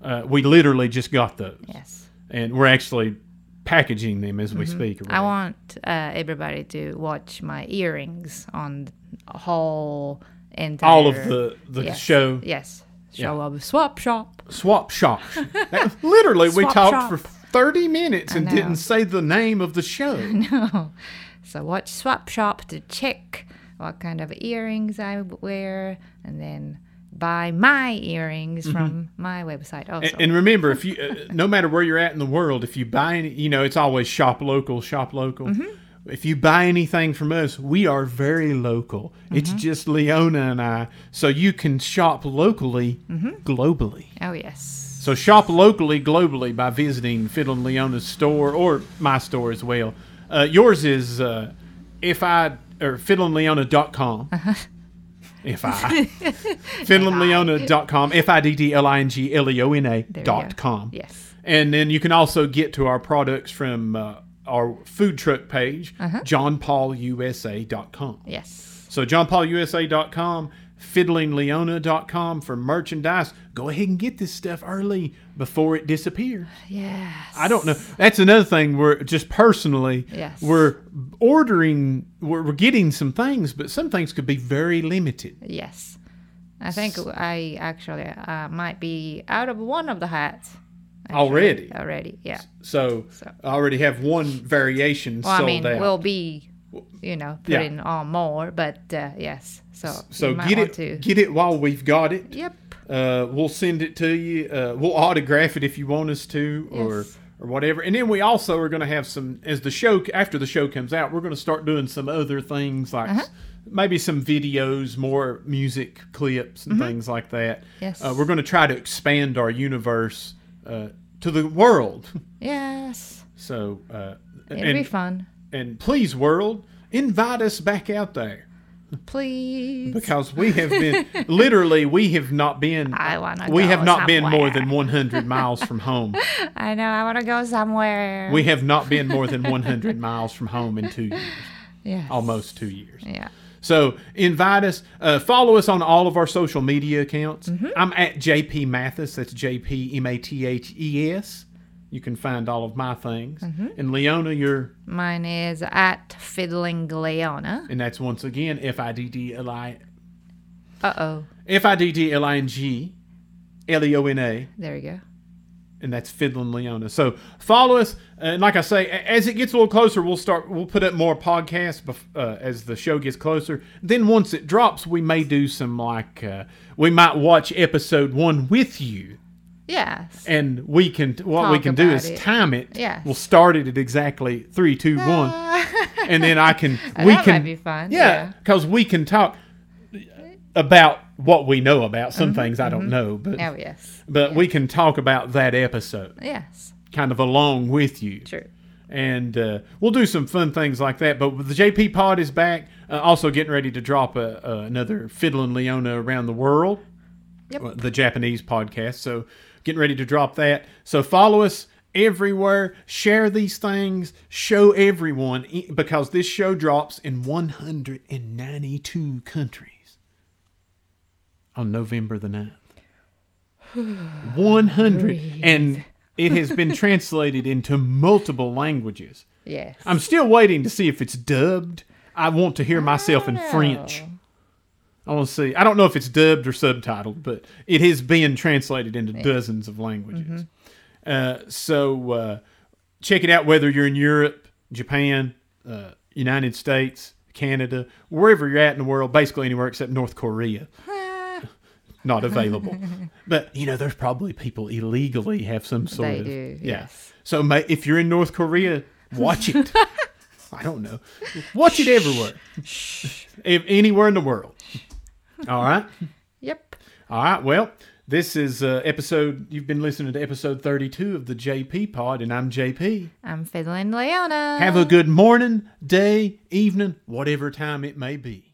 Speaker 1: Uh, we literally just got those
Speaker 2: Yes.
Speaker 1: and we're actually packaging them as we speak.
Speaker 2: Mm-hmm. I want uh, everybody to watch my earrings on the whole entire.
Speaker 1: all of the the
Speaker 2: yes,
Speaker 1: show
Speaker 2: Yes. Show of swap shop.
Speaker 1: swap shop. That- literally, we
Speaker 2: Swap
Speaker 1: talked
Speaker 2: Shop.
Speaker 1: for thirty minutes and
Speaker 2: know.
Speaker 1: didn't say the name of the show.
Speaker 2: No. So watch swap shop to check what kind of earrings I wear, and then buy my earrings from my website. Also.
Speaker 1: Mm-hmm. And remember, if you uh, no matter where you're at in the world, if you buy any, you know it's always shop local, shop local.
Speaker 2: Mm-hmm.
Speaker 1: If you buy anything from us, we are very local. It's
Speaker 2: Mm-hmm.
Speaker 1: just Leona and I, so you can shop locally, globally.
Speaker 2: oh yes.
Speaker 1: So shop locally, globally by visiting Fiddle and Leona's store or my store as well. Uh, yours is uh, if I or fiddleandleona.com.
Speaker 2: Uh-huh.
Speaker 1: If I fiddleandleona.com, f i d d l i n g l e o n a
Speaker 2: There you go.
Speaker 1: dot com.
Speaker 2: Yes.
Speaker 1: And then you can also get to our products from uh, our food truck page,
Speaker 2: Uh-huh.
Speaker 1: johnpaulusa.com.
Speaker 2: Yes.
Speaker 1: So johnpaulusa.com, fiddlingleona.com for merchandise. Go ahead and get this stuff early before it disappears.
Speaker 2: Yes.
Speaker 1: I don't know. That's another thing. We're just personally,
Speaker 2: Yes.
Speaker 1: we're ordering, we're, we're getting some things, but some things could be very limited.
Speaker 2: Yes. I think I actually uh, might be out of one of the hats
Speaker 1: Already,
Speaker 2: already. Yeah.
Speaker 1: so,
Speaker 2: So-
Speaker 1: I already have one variation
Speaker 2: Well,
Speaker 1: sold
Speaker 2: I mean,
Speaker 1: out.
Speaker 2: we'll be, you know,
Speaker 1: Yeah.
Speaker 2: putting on more, but uh, yes. So,
Speaker 1: so
Speaker 2: you might
Speaker 1: get it,
Speaker 2: want to.
Speaker 1: get it while we've got it.
Speaker 2: yep.
Speaker 1: Uh, we'll send it to you. Uh, we'll autograph it if you want us to, or
Speaker 2: Yes.
Speaker 1: or whatever. And then we also are going to have some as the show after the show comes out. We're going to start doing some other things like
Speaker 2: Uh-huh.
Speaker 1: s- maybe some videos, more music clips, and things like that.
Speaker 2: Mm-hmm. Yes.
Speaker 1: uh, we're going to try to expand our universe uh, to the world.
Speaker 2: Yes.
Speaker 1: So uh,
Speaker 2: It'll be
Speaker 1: and
Speaker 2: fun.
Speaker 1: and please, world, invite us back out there
Speaker 2: Please.
Speaker 1: because we have been literally we have not been
Speaker 2: I wanna
Speaker 1: we
Speaker 2: go
Speaker 1: have not been more
Speaker 2: somewhere.
Speaker 1: than 100 miles from home
Speaker 2: I know. I want to go somewhere.
Speaker 1: we have not been more than 100 miles from home in two years
Speaker 2: yes.
Speaker 1: almost two years
Speaker 2: Yeah.
Speaker 1: So invite us, uh, follow us on all of our social media accounts.
Speaker 2: Mm-hmm.
Speaker 1: I'm at JP Mathis. That's J P M A T H E S. You can find all of my things.
Speaker 2: Mm-hmm.
Speaker 1: And Leona, you're,
Speaker 2: Mine is at Fiddling Leona.
Speaker 1: and that's once again F I D D L I
Speaker 2: Uh oh.
Speaker 1: F I D D L I N G L E O N A.
Speaker 2: There we go.
Speaker 1: and that's Fiddlin' Leona. So follow us, and like I say, a- as it gets a little closer, we'll start. We'll put up more podcasts bef- uh, as the show gets closer. Then once it drops, we may do some like uh, we might watch episode one with you,
Speaker 2: Yes.
Speaker 1: and we can what we
Speaker 2: Talk
Speaker 1: can do
Speaker 2: about
Speaker 1: is
Speaker 2: it.
Speaker 1: time it.
Speaker 2: Yes.
Speaker 1: we'll start it at exactly three, two, one, and then I can we
Speaker 2: Ah. Oh, that
Speaker 1: can
Speaker 2: might be fun.
Speaker 1: yeah, because we can talk about what we know about some things I don't know, but
Speaker 2: Mm-hmm, yeah. Oh, yes.
Speaker 1: but we can talk about that episode
Speaker 2: Yes.
Speaker 1: kind of along with you.
Speaker 2: True.
Speaker 1: And uh, we'll do some fun things like that. But the JP Pod is back, uh, also getting ready to drop a, uh, another Fiddlin' Leona Around the World,
Speaker 2: Yep.
Speaker 1: uh, the Japanese podcast. So getting ready to drop that. So follow us everywhere, share these things, show everyone, e- because this show drops in 192 countries on November the 9th. 100 and it has been translated into multiple languages
Speaker 2: Yes.
Speaker 1: i'm still waiting to see if it's dubbed i want to hear myself in
Speaker 2: Oh.
Speaker 1: french i want to see i don't know if it's dubbed or subtitled but it has been translated into dozens of languages uh, so uh, check it out whether you're in europe japan uh, united states canada wherever you're at in the world basically anywhere except north korea not available. but you know, there's probably people illegally have some sort
Speaker 2: They
Speaker 1: of
Speaker 2: do,
Speaker 1: yeah.
Speaker 2: yes.
Speaker 1: So ma if you're in North Korea, watch it. I don't know. Watch it everywhere, if anywhere in the world. All right,
Speaker 2: Yep.
Speaker 1: all right. Well, this is uh, episode. You've been listening to episode 32 of the JP Pod, and I'm JP.
Speaker 2: I'm Fiddling Leona.
Speaker 1: Have a good morning, day, evening, whatever time it may be.